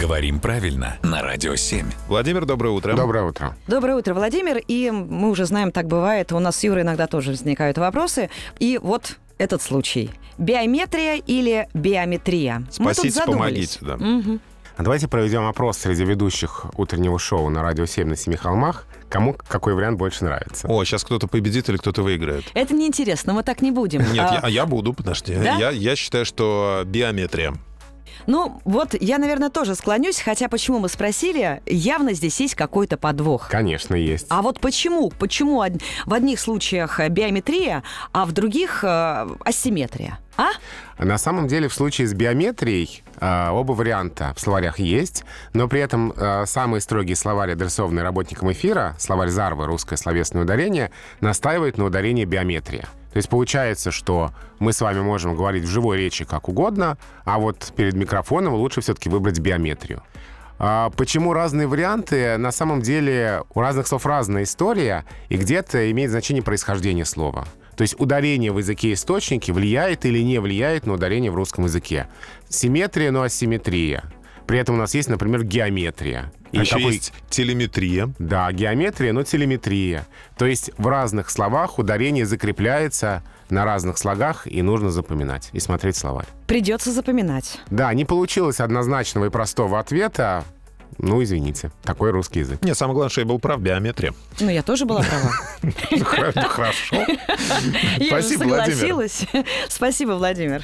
Говорим правильно на Радио 7. Владимир, доброе утро. Доброе утро. Доброе утро, Владимир. И мы уже знаем, так бывает. У нас с Юрой иногда тоже возникают вопросы. И вот этот случай. Биометрия или биометрия? Мы тут Спасите, задумались. помогите. Да. А Давайте проведем опрос среди ведущих утреннего шоу на радио 7 на Семи холмах. Кому какой вариант больше нравится? О, сейчас кто-то победит или кто-то выиграет. Это неинтересно, мы так не будем. Нет, А, я, а я буду, подожди. Да? Я, я считаю, что биометрия. Ну, вот я, наверное, тоже склонюсь, хотя почему мы спросили, явно здесь есть какой-то подвох. Конечно, есть. А вот почему? Почему од- в одних случаях э, биометрия, а в других э, асимметрия? А? На самом деле, в случае с биометрией э, оба варианта в словарях есть, но при этом э, самый строгий словарь, адресованный работникам эфира, словарь Зарвы «Русское словесное ударение», настаивает на ударении биометрия. То есть получается, что мы с вами можем говорить в живой речи как угодно, а вот перед микрофоном лучше все-таки выбрать биометрию. А Почему разные варианты? На самом деле у разных слов разная история, и где-то имеет значение происхождение слова. То есть ударение в языке источники влияет или не влияет на ударение в русском языке. Симметрия, но асимметрия. При этом у нас есть, например, геометрия. И еще Такой- есть телеметрия. Да, геометрия, но телеметрия. То есть в разных словах ударение закрепляется на разных слогах, и нужно запоминать и смотреть словарь. Придется запоминать. Да, не получилось однозначного и простого ответа. Ну, извините, такой русский язык. Не, самое главное, что я был прав, биометрия. Ну, я тоже была права. Хорошо. Я же Спасибо, Владимир. согласилась. Спасибо, Владимир.